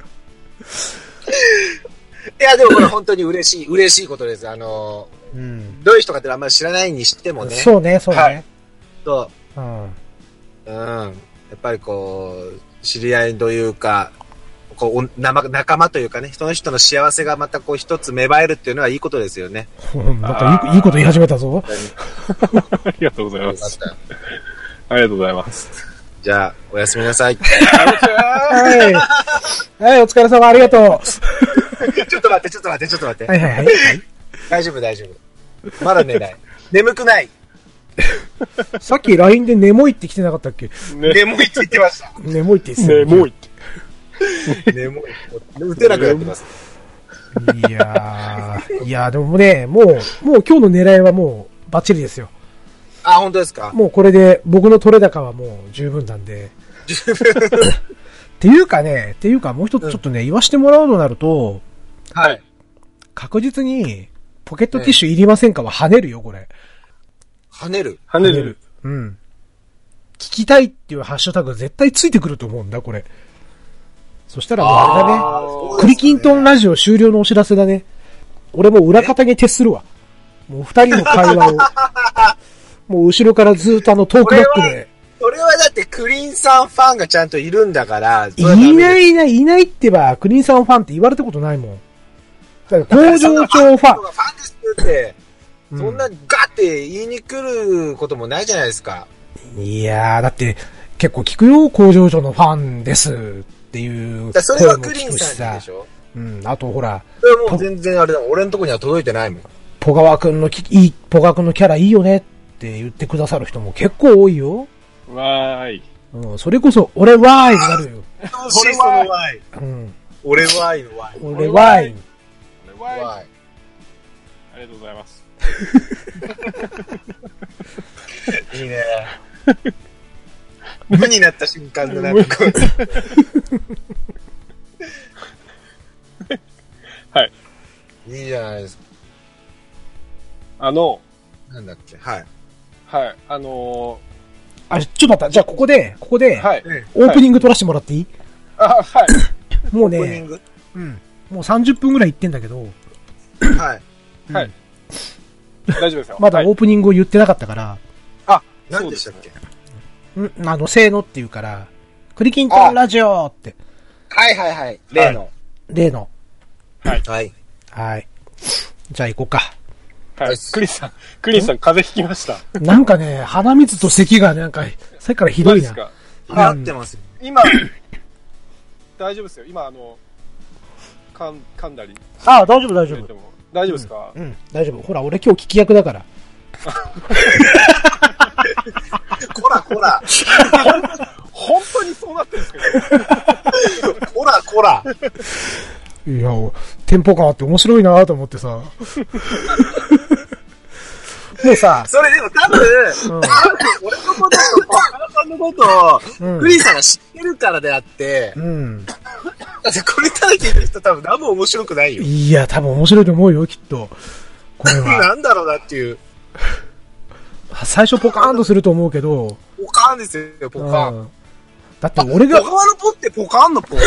A: いや、でもこれ本当に嬉しい、嬉しいことです。あの、
C: うん。
A: どういう人かってあんまり知らないにしてもね。う。
C: そうね、そうね。
A: と
C: うん。
A: うん。やっぱりこう、知り合いというか、こう、お仲間仲間というかね、その人の幸せがまたこう一つ芽生えるっていうのはいいことですよね。
C: うんなんかいいいいこと言い始めたぞ。
B: ありがとうござい
A: よ
B: ま
A: かっ
B: す。
A: た。
B: ありがとうございます。
A: じゃあ、おやすみな さい。
C: はい。はい、お疲れ様、ありがとう。
A: ちょっと待って、ちょっと待って、ちょっと待って。
C: はいはいはい。
A: 大丈夫、大丈夫。まだ寝ない。眠くない。
C: さっき LINE でネモいって来てなかったっけ
B: ね、
A: 眠いって言ってました。
C: ネモいって言ってた
B: ね、
C: よね
B: もういって。
A: 眠い。打てなくなってます。
C: いやー、いやーでもね、もう、もう今日の狙いはもうバッチリですよ。
A: あ、本当ですか
C: もうこれで僕の取れ高はもう十分なんで。 っていうかね、っていうかもう一つちょっとね、言わしてもらうとなると、
A: はい。
C: 確実にポケットティッシュいりませんかは跳ねるよ、これ。
A: 跳ねる。
B: 跳ねる。
C: うん。聞きたいっていうハッシュタグ絶対ついてくると思うんだ、これ。そしたらもうあれだね。
A: そうですね
C: クリキントンラジオ終了のお知らせだね。俺もう裏方に徹するわ。もう二人の会話を。もう後ろからずっとあのトークバックで。
A: それはだってクリーンさんファンがちゃんといるんだから、それはダメ
C: いな
A: です
C: いいない、いないってば、クリーンさんファンって言われたことないもん。だから工場長ファン。
A: ファンですって、
C: うん
A: そんなガッて言いに来ることもないじゃないですか。
C: いやー、だって結構聞くよ、工場長のファンですっていう
A: だからそれ
C: 声
A: は
C: も
A: クリ
C: 聞
A: ーン
C: くし
A: さん
C: さ
A: でし。ょ
C: うん、あとほら、
A: それはもう全然あれだもん。俺のとこには届いてないもん。
C: ポガワくんのき、いい、ポガワくんのキャラいいよねって言ってくださる人も結構多いよ。
B: わーい。
C: うん、それこそ、俺はーいになるよ。
B: それは
A: の Y
C: うん。
A: 俺は Y の Y。
C: 俺はーい。
B: わーい。あ
A: Y
B: りがとうございます。
A: いいね。無になった瞬間のなん かこう、
B: はい。
A: いいじゃないですか。
B: あの、
A: なんだっけ。はい。
B: はい、あの
C: あ、ちょっと待った。じゃあ、ここで、ここで
B: ー、、はい。
A: うん
C: オープニング撮らせてもらっていい、
B: あ、はい。
C: もう
A: オープニン
C: ね、
A: グ。
C: うん。もう30分ぐらい行ってんだけど、
A: はい。
B: はい。大丈夫です よ。
C: まだ
B: はい
C: オープニングを言ってなかったから、
A: 何でしたっけ
C: うん、あの、せーのって言うから、クリキントンラジオって、
A: はいはいはい。例の。
C: 例の。
A: はい。
C: はい。じゃあ行こうか。
B: はい。クリスさん、クリスさん、風邪ひきました。
C: なんかね、鼻水と咳がなんか、さっきからひ
B: マジ
C: どい
B: で
C: な
B: す。か。
A: 合ってます。
B: 今、大丈夫ですよ。今、あの、かん、噛んだり
C: ああ、大丈夫大
B: し
C: 丈
B: て
C: 夫
B: て。も。大丈夫ですか
C: うん、大丈夫。ほら、俺今日聞き役だから。
A: こらこら。
B: 本当にそうなってるんですけ
A: こらこら。
C: いや、テンポ感あって面白いなと思ってさ。もうさ、
A: それでも多分、
C: うん
A: 俺のことと、原さんのこと
C: うん
A: を、クリーンさんが知ってるからであって、
C: うん。
A: だってこれただ聞いてる人多分何も面白くないよ。
C: いや、多分面白いと思うよ、きっと。こ れは。
A: なんだろうなっていう。
C: 最初ポカーンとすると思うけど。
A: ポカーンですよ、ポカー
C: う
A: ン。
C: んだって俺
A: ポ
C: が
A: カ、ワのポってポカーンの ポ
B: ど。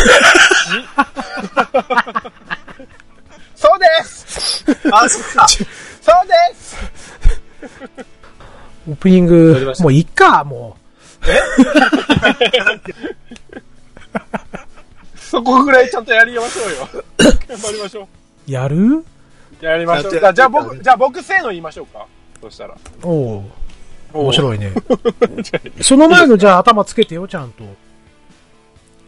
B: そうです
A: あ、そっか。
B: そうです
C: オープニン
A: り
C: グ
A: まし、た
C: もういっか、も
B: そこぐらいちゃんとやりましょうよ。 頑張りましょ
C: う。やる
B: う。やりましょ
A: ちゃんとや
B: う。あ
A: って
B: じゃあ
A: や
B: 僕、
A: る
B: じゃあ僕、せーの言いましょうか。そしたら。
C: おう面
B: い。
C: 白 いね。その前のじゃあ頭つけてよ、ちゃんと。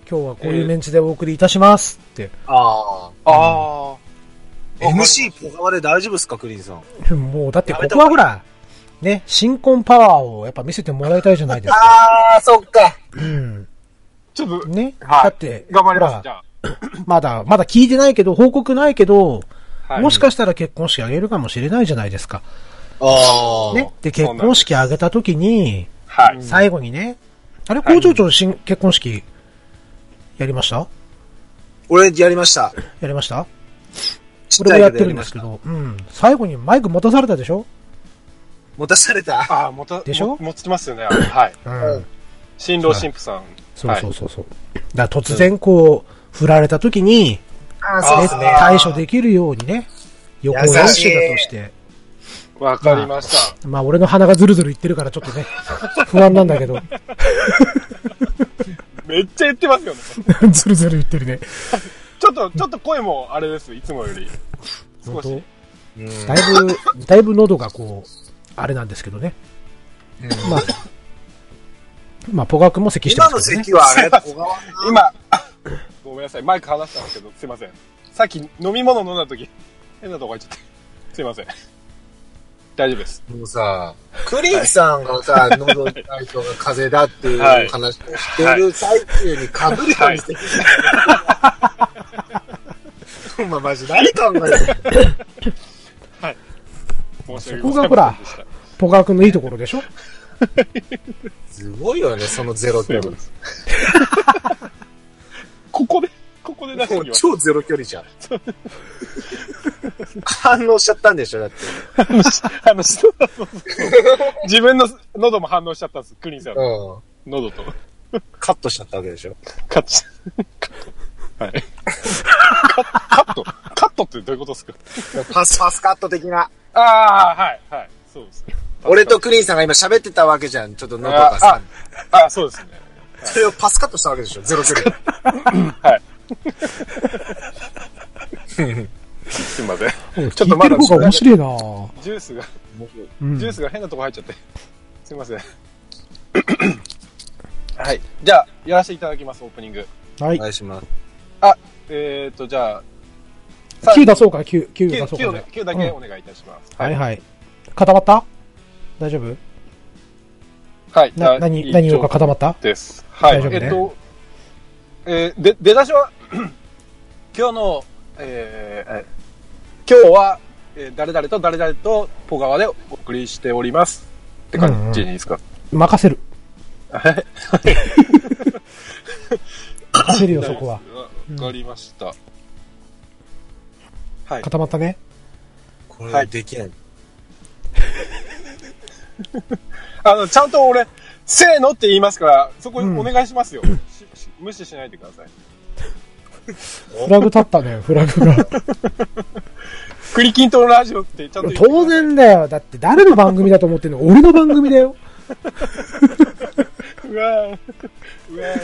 C: 今日はこういうメンツでお送りいたしますって。
A: ああ。
B: あ
A: MC ポカワで大丈夫ですか、クリーンさん。
C: もう、だってここはほら、ね、新婚パワーをやっぱ見せてもらいたいじゃないですか。
A: ああ、そっか。
C: うん。
B: ー。ちょっと、
C: ね。
B: はい
C: だって、
B: 頑張りま
C: ほら
B: す。じゃ
C: まだ、まだ聞いてないけど、報告ないけど、
B: あ。はい
C: もしかしたら結婚式あげるかもしれないじゃないですか。
A: ああ。
C: ね。。で、
B: そう
C: 結
B: なんです
C: 婚式あげた時に、
B: はい。
C: 最後にね、あれ、
B: はい
C: 工場長新結婚式、やりました
A: 俺やりました。
C: やりました
A: ちっち
C: 俺
A: ゃ
C: も
A: い
C: やっ
A: け
C: て
A: どやり
C: るん
A: ま
C: で
A: し
C: す
A: た
C: け。ど、うん。最後にマイク持たされたでしょ
A: 持たされた。
B: ああ、持た、
C: でしょ
B: も持ってますよね。あのはい。
C: うん。
B: 新郎新婦さん。
C: そうそうそうそう。だから突然こう、振られた時に、
A: ああ
C: ね対処できるようにね、横を演習だとして。
B: わかりました。
C: まあ俺の鼻がズルズルいってるからちょっとね、不安なんだけど、
B: めっちゃ言ってますよね。
C: ズルズルいってるね。
B: ちょっと、ちょっと声もあれです。いつもより。
C: 本
B: 少し。
C: 当
A: うん
C: だいぶ、だいぶ喉がこう、あれなんですけどね。まあ、まあ、ポガ君も咳してま
A: 今
C: す
A: の
C: けどね
A: 席。はあれ小 川
B: 今、 あごめんなさい、マイク離したんですけど、すいません。さっき飲み物飲んだ時、変なとこ入っちゃった。すいません。大丈夫です。
A: もうさ、クリンさんがさ、喉痛いとか風邪だっていう
B: はい
A: 話をしてる最中にかぶるようにして くる。まあマジ何考えてる
B: 申し訳
C: そ
B: ご
C: こ
B: ざ
C: が
B: い
C: ほら
B: ませんでした。
C: ポガ君のいいところでしょ
A: すごいよね、そのゼロ
B: そうい
A: 距
B: うこと
A: 離
B: で。 す。ここで、ここで出して
A: も
B: お
A: う
B: きます。
A: 超ゼロ距離じ ゃん。反応しちゃったんでしょ、だって。
B: あのしあの、そうそうそう自分の喉も反応しちゃったんです。クリーンさんの
A: うん。
B: 喉と。
A: カットしちゃったわけでしょ。
B: カッチ。はい。カットカットってどういうことですか
A: パスパスカット的な。
B: ああ、はい、はい。そうですね。
A: 俺とクリンさんが今喋ってたわけじゃん、ちょっと喉が
B: あ
A: さ。
B: ああ、そうですね。
A: それをパスカットしたわけでしょ、ゼロ距離。
B: はい。すいません。
C: ち
B: ょっとまだ
C: 聞いてる方が面白いなぁ
B: ジュースが、
C: うん
B: ジュースが変なとこ入っちゃって。すいません。はい。じゃあ、やらせていただきます、オープニング。
C: はい
A: お。願いします。
B: えっ、ー、と、じゃあ、
C: 9出そうか、9、9
B: 9,
C: 出そうかね。
B: 9だけお願いいたします。
C: はいはい。固まった大丈夫
B: はい。
C: な、
B: じゃあ
C: 何、何言おうか固まった
B: です。はい。
C: 大丈夫ね
B: えっと、えーで、出だしは、 今日の、えーえー今日は、えー誰々と誰々とポガワでお送りしております。って感じでいいですか、
C: 任せる。
B: はい
C: 任せるよ、そこは。
B: わかりました。はい。
C: 固まったね。
A: こ
B: は
A: れ
B: い
A: できない。
B: あの、ちゃんと俺、せーのって言いますから、そこ
C: うん
B: お願いし ますよ。しし無視しないでください。
C: フラグ立っ たね、フラグが。
B: クリキントのラジオってちゃんと言って
C: 当然だよ。だって誰の番組だと思ってんの俺の番組だよ。
B: うわーうわーうわ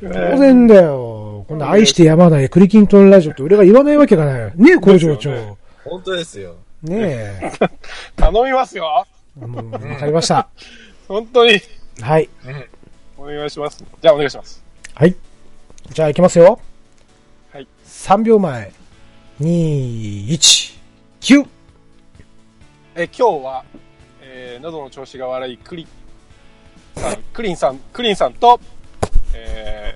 C: 当
B: ー
C: 然だよ。こんな愛してやまないクリキントンラジオって俺が言わないわけがないよ。ねえ、工場長。
B: で
A: 本当ですよ。
C: ねえ。
B: 頼みますよ
C: もう、わかりました。
B: 本当に
C: はい。
B: お願いします。じゃあお願いします。
C: はい。じゃあ、いきますよ。
B: はい。
C: 3秒前。2、1、9。
B: え、今日は、えー、喉の調子が悪いクリ、さん、クリンさん、クリンさんと、え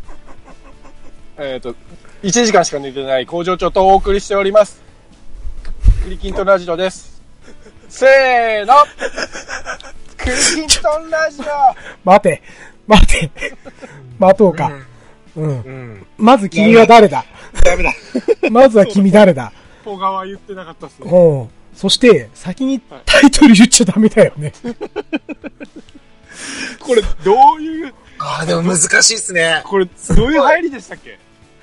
B: ー、えっ、と、1時間しか寝てない工場長とお送りしております。クリキントンラジオです。せーのクリキントンラジオ
C: 待て。待て。待とうか。うん。
A: うん。
C: まず君は誰だ
A: ダメだ。
C: まずは君誰だ
B: 小川言ってなかったっすね。
C: うん。そして、先にタイトル言っちゃダメだよね。
B: これ、どういう、
A: ああ、でも難しいっすね。
B: これ、どういう入りでしたっけ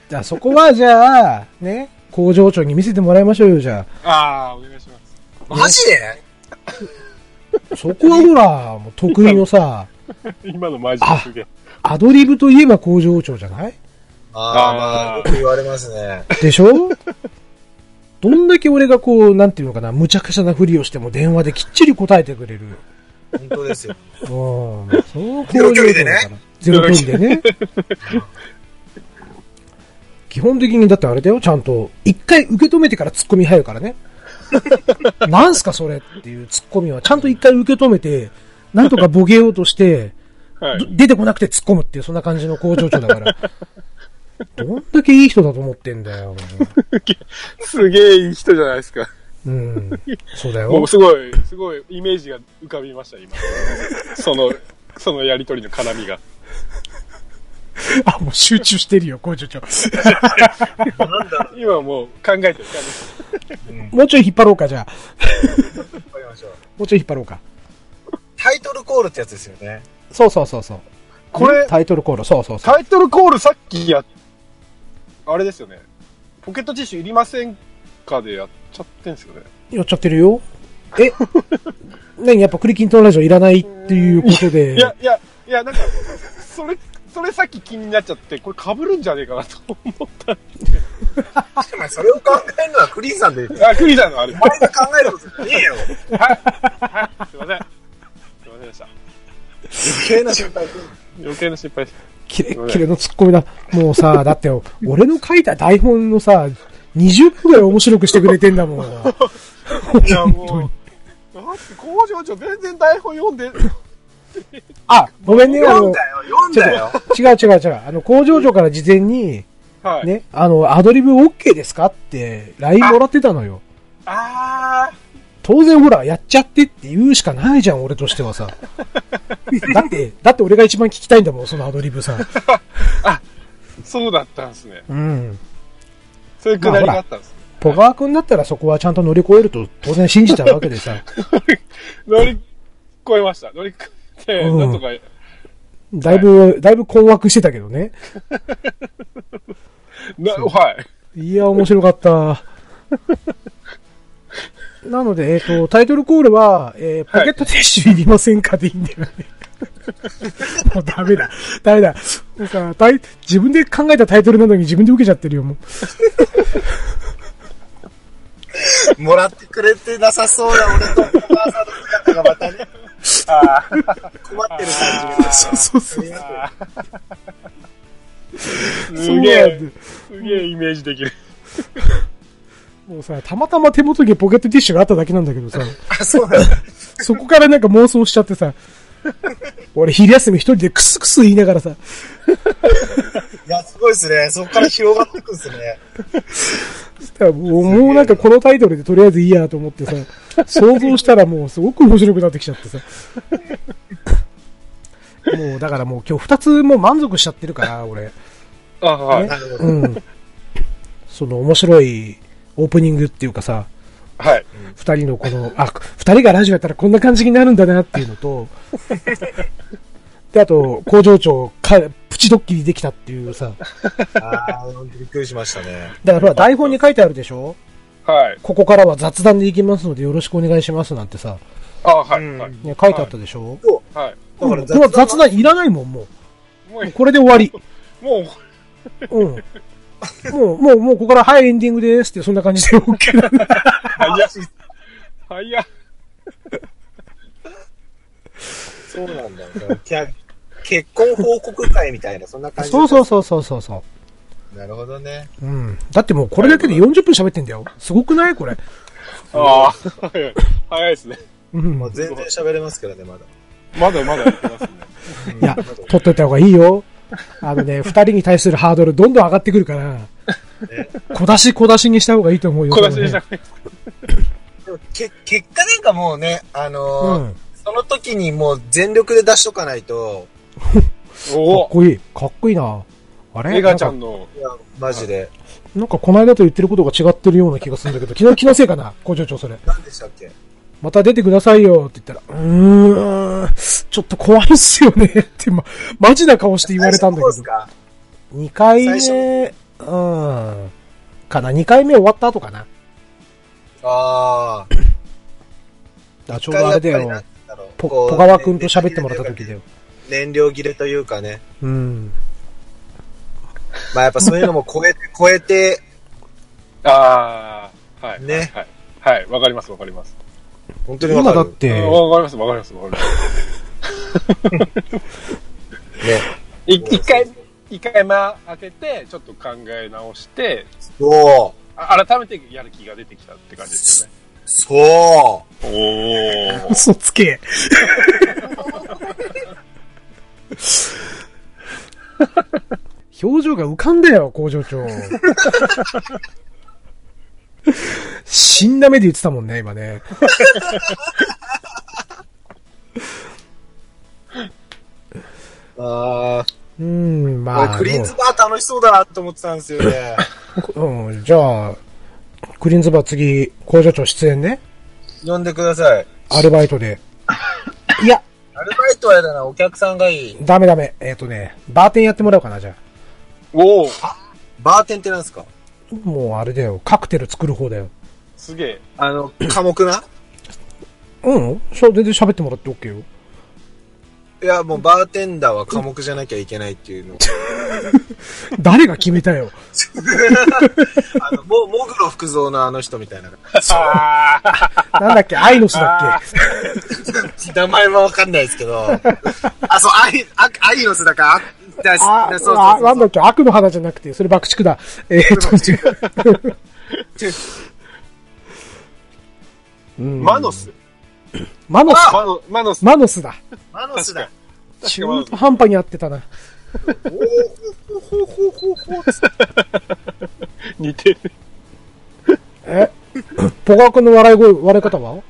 C: じゃあそこは、じゃあ、ね、工場長に見せてもらいましょうよ、じゃ
B: ああ、お願いします。
A: マジで
C: あ。そこはほら、もう得意の さ、
B: 今のマジですげえ。
C: アドリブといえば工場長じゃない
A: ああ、まあ、
B: あー
A: よく言われますね。
C: でしょどんだけ俺がこう、なんていうのかな、無茶苦茶なふりをしても電話できっちり答えてくれる。
A: 本当ですよ。
C: うん。そう
A: ゼロ距離でね。
C: ゼロ距離でね。基本的にだってあれだよ、ちゃんと。一回受け止めてから突っ込み入るからね。なんすかそれっていう突っ込みは、ちゃんと一回受け止めて、なんとかボケようとして、
B: は
C: ど
B: い。
C: 出てこなくて突っ込むっていう、そんな感じの工場長だから。どんだけいい人だと思ってんだよ。
B: すげえいい人じゃないですか。
C: うん。そうだ
B: も
C: よ
B: う。すごい、すごいイメージが浮かびました、今。その、そのやりとりの絡みが。
C: あ、もう集中してるよ、工場長。
A: なんだろう。
B: 今もう考えてる。考
C: もうちょい引っ張ろうか、じゃあ。
A: わかりましょう
C: もうちょい引っ張ろうか。
A: タイトルコールってやつですよね。
C: そうそうそうそう。
B: これ
C: タイトルコール、そうそうそう。
B: タイトルコールさっきや、あれですよね。ポケットティッシュいりませんかでやっちゃってんですよね。
C: やっちゃってるよ。え何やっぱクリキントンラジオいらないっていうことで
B: い。や、いや、いや、なんか、それ、それさっき気になっちゃって、これ被るんじゃねえかなと思った。
A: お前それを考えるのはクリンさ んで、お前
B: あ、クリーさんのあれ。
A: が考えることじゃねえよ。
B: はい。はい。すいません。すいませんでした。
A: 余計な心配。
B: 余計な心配し
C: キレッキレのツッコミだ。もうさ、だって、俺の書いた台本のさ、20分ぐらい面白くしてくれてんだもん。
B: いや、もう。だって工場長全然台本読んで、
C: あ、ごめんね、あ
A: 読ん
C: の、
A: だよ、読んだよ。
C: 違う違う違う。あの、工場長から事前に、
B: はい。
C: ね、あの、アドリブ OK ですかって、LINE もらってたのよ。
B: あ
C: 当然ほら、やっちゃってって言うしかないじゃん、俺としてはさ。だって、だって俺が一番聞きたいんだもん、そのアドリブさ。
B: ー、そうだったんですね。
C: うん。
B: そういうくだりがあったんですね。
C: ポガー君だったらそこはちゃんと乗り越えると当然信じたわけでさ。
B: 乗り越えました。乗り越えて、
C: うん
B: なんとか、
C: だいぶ、だいぶ困惑してたけどね。
B: なはい。
C: いや、面白かった。なので、えっ、と、タイトルコールは、えーポケットティッシュいりませんかでいいんだよね。もうダメだ。ダメだ。もうさ、タイ自分で考えたタイトルなのに自分で受けちゃってるよ、もう。
A: もらってくれてなさそうな俺とお母さんの姿がまたね、
B: あー
A: 困ってる感じが。
C: そうそうそう。
B: あー
C: そう
B: す
C: なん
B: げ
C: だよ
B: え、すげえイメージできる。
C: もうさ、たまたま手元にポケットティッシュがあっただけなんだけどさ、
A: あ、そうなんだ。
C: そこからなんか妄想しちゃってさ、俺昼休み一人でクスクス言いながらさ、
A: いや、すごいですね。そこから広がってくんですね。
C: ただもうもうなんかこのタイトルでとりあえずいいやと思ってさ、想像したらもうすごく面白くなってきちゃってさ。もうだからもう今日二つもう満足しちゃってるから、俺。
B: あはい。
A: なるほど。
C: うん。その面白いオープニングっていうかさ、
B: はい。
C: 二人のこの、あ、二人がラジオやったらこんな感じになるんだなっていうのと、で、あと、工場長か、プチドッキリできたっていうさ、
A: ああ、びっくりしましたね。
C: だからほら台本に書いてあるでしょ
B: はい。
C: ここからは雑談でいきますのでよろしくお願いしますなんてさ、
B: あはい。
A: うん
B: はい。
C: ね、書いてあったでしょ、
B: はい。
A: だから
C: うんこれは雑談いらないもん、も
B: も
C: う。
B: う、
C: これで終わり。
B: もう、
C: うん。もう、もう、もう、ここから、はい、エンディングですって、そんな感 じで OK だね。
B: 早い。早い。
A: そうなんだよ。キャ結婚報告会みたいな、そんな感じ。。
C: そうそうそうそうそうそう
A: なるほどね。
C: う。うん。だってもう、これだけで40分喋ってんだよ。すごくないこれ。
B: ああ、早い。早いですね。
C: うん
A: も。う全然喋れますけどね、まだ。
B: まだまだやって ますね。
C: いや、取っといた方がいいよ。あのね、二人に対するハードルどんどん上がってくるから、小出し小出しにした方がいいと思うよ。
B: 小出しにした
C: こ
B: 方がいいです
A: でもけ結果なんかもうね、あ
C: れ
A: の
C: は
A: ー
C: ねうん。
A: その時にもう全力で出しとかないと、
B: お
C: かっ
B: お
C: こいい。かっこいいな。あれ
B: エガちゃん
C: なんか
B: の、
A: いや、マジで。
C: なんかこの間と言ってることが違ってるような気がするんだけど、気の気のせいかな工場長それ。
A: 何でしたっけ
C: また出てくださいよって言ったら、うーん、ちょっと怖いっすよねって、ま、マジな顔して言われたんだ
A: 最初の方で
C: け
A: す
C: ど。
A: か
C: 2回目、うん、かな ?2 回目終わった後かな
A: あ
C: あ
A: あ。
C: ちょうどあれだ
A: 一回やっぱ。
C: よ
A: りなんだろう
C: ぽ、
A: こう
C: ぽがわくんと喋ってもらった時だよ。
A: 燃料切れというかね。
C: うん。
A: まあやっぱそういうのも超えて、超えて、
B: ああ、はい。
A: ね
B: はい。はい。わかります、わかります。
A: 本当にわ
C: 今
A: かる。
C: だっ
B: わか
C: て、
B: ります、わかります、わかります。
A: ね。
B: い一回、一回間開けて、ちょっと考え直して、
A: そう。
B: あ改めてやる気が出てきたって感じですよね。
A: そう。
B: おお。
C: 嘘つけ。表情が浮かんだよ、工場 長。死んだ目で言ってたもんね、今ね。
A: あ
C: うん、
A: あ、
C: まあ。
A: 俺クリーンズバー楽しそうだなと思ってたんですよ ね。
C: うん、じゃあ、クリーンズバー次、工場長出演ね。
A: 呼んでください。
C: アルバイト で。いや、
A: アルバイトはやだな、お客さんがいい。
C: ダメダメ。えっ、とね、バーテンやってもらおうかな、じゃ
B: おお。
A: バーテンってなんですか
C: あ。もうあれだよ、カクテル作る方だよ。
B: すげえ。
A: あの、寡黙な
C: うん、そう全然喋ってもらって OK よ。
A: いや、もうバーテンダーは寡黙じゃなきゃいけないっていうの。
C: 誰が決め たよ。
A: あの、も、もぐろ福蔵のあの人みたいな。
B: ああ、
C: なんだっけ、アイノスだっけ。
A: 名前もわかんないですけど。 あ、そう、アイ、アアイノスだから、あだ
C: あ
A: だそう
C: あ、
A: そう
C: なん
A: そ
C: だ
A: う
C: っけ、悪の花じゃなくて、それ爆竹だ。えーっと、
B: マノス。
C: マノスか。
B: マノマノス。
C: マノスだ。
A: マノスだ。
B: 確
C: 中
B: かマノス
C: 途半端に合ってたな。
A: おーほほほほほほつって
B: 似てる。
C: えポカ君の笑い声、笑い方は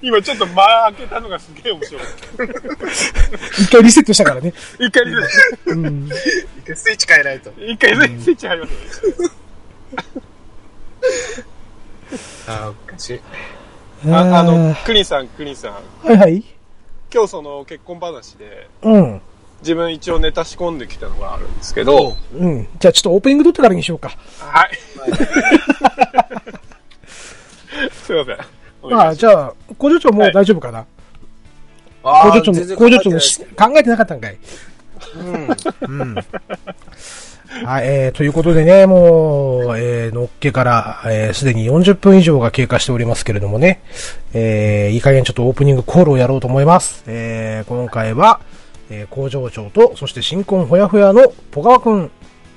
B: 今ちょっと間開けたのがすげえ面白い。
C: 一回リセットしたからね。
B: 一回リセ
C: うん。
A: スイッチ変えないと。
B: 一回スイッチ入りますよ。
A: あー、おかしい。
B: ああの
C: ー、
B: クリンさん、クリンさん。
C: はいはい。
B: 今日その結婚話で、
C: うん。
B: 自分一応ネタ仕込んできたのがあるんですけど、
C: うん。じゃあちょっとオープニング撮ってからにしようか。
B: はい。 すいません。お願
C: あ
B: い
C: あ、
B: し
C: じゃあ、工場長もう大丈夫かな、
A: あ
C: 工場長も、工場長もし考えてなかったんかい。うん。うん。はい、えー、ということでね、もう、えー、のっけから、えー、すでに40分以上が経過しておりますけれどもね、えー、いい加減ちょっとオープニングコールをやろうと思います。えー、今回は、えー、工場長と、そして新婚ほやほやのポガワくん、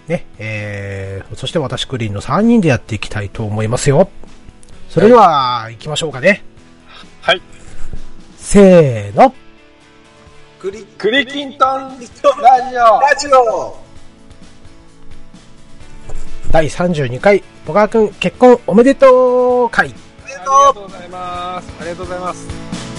C: ね、えー、そして私クリーンの3人でやっていきたいと思いますよ。それでは、行きましょうかね。
B: はい。
C: せーの。
A: クリ、
B: クリキントンラジオ
A: ラジオ
C: 第32回、ポカー君結婚おめでとう会。
A: ありがと
B: ありがとうございます。ありがとうございます。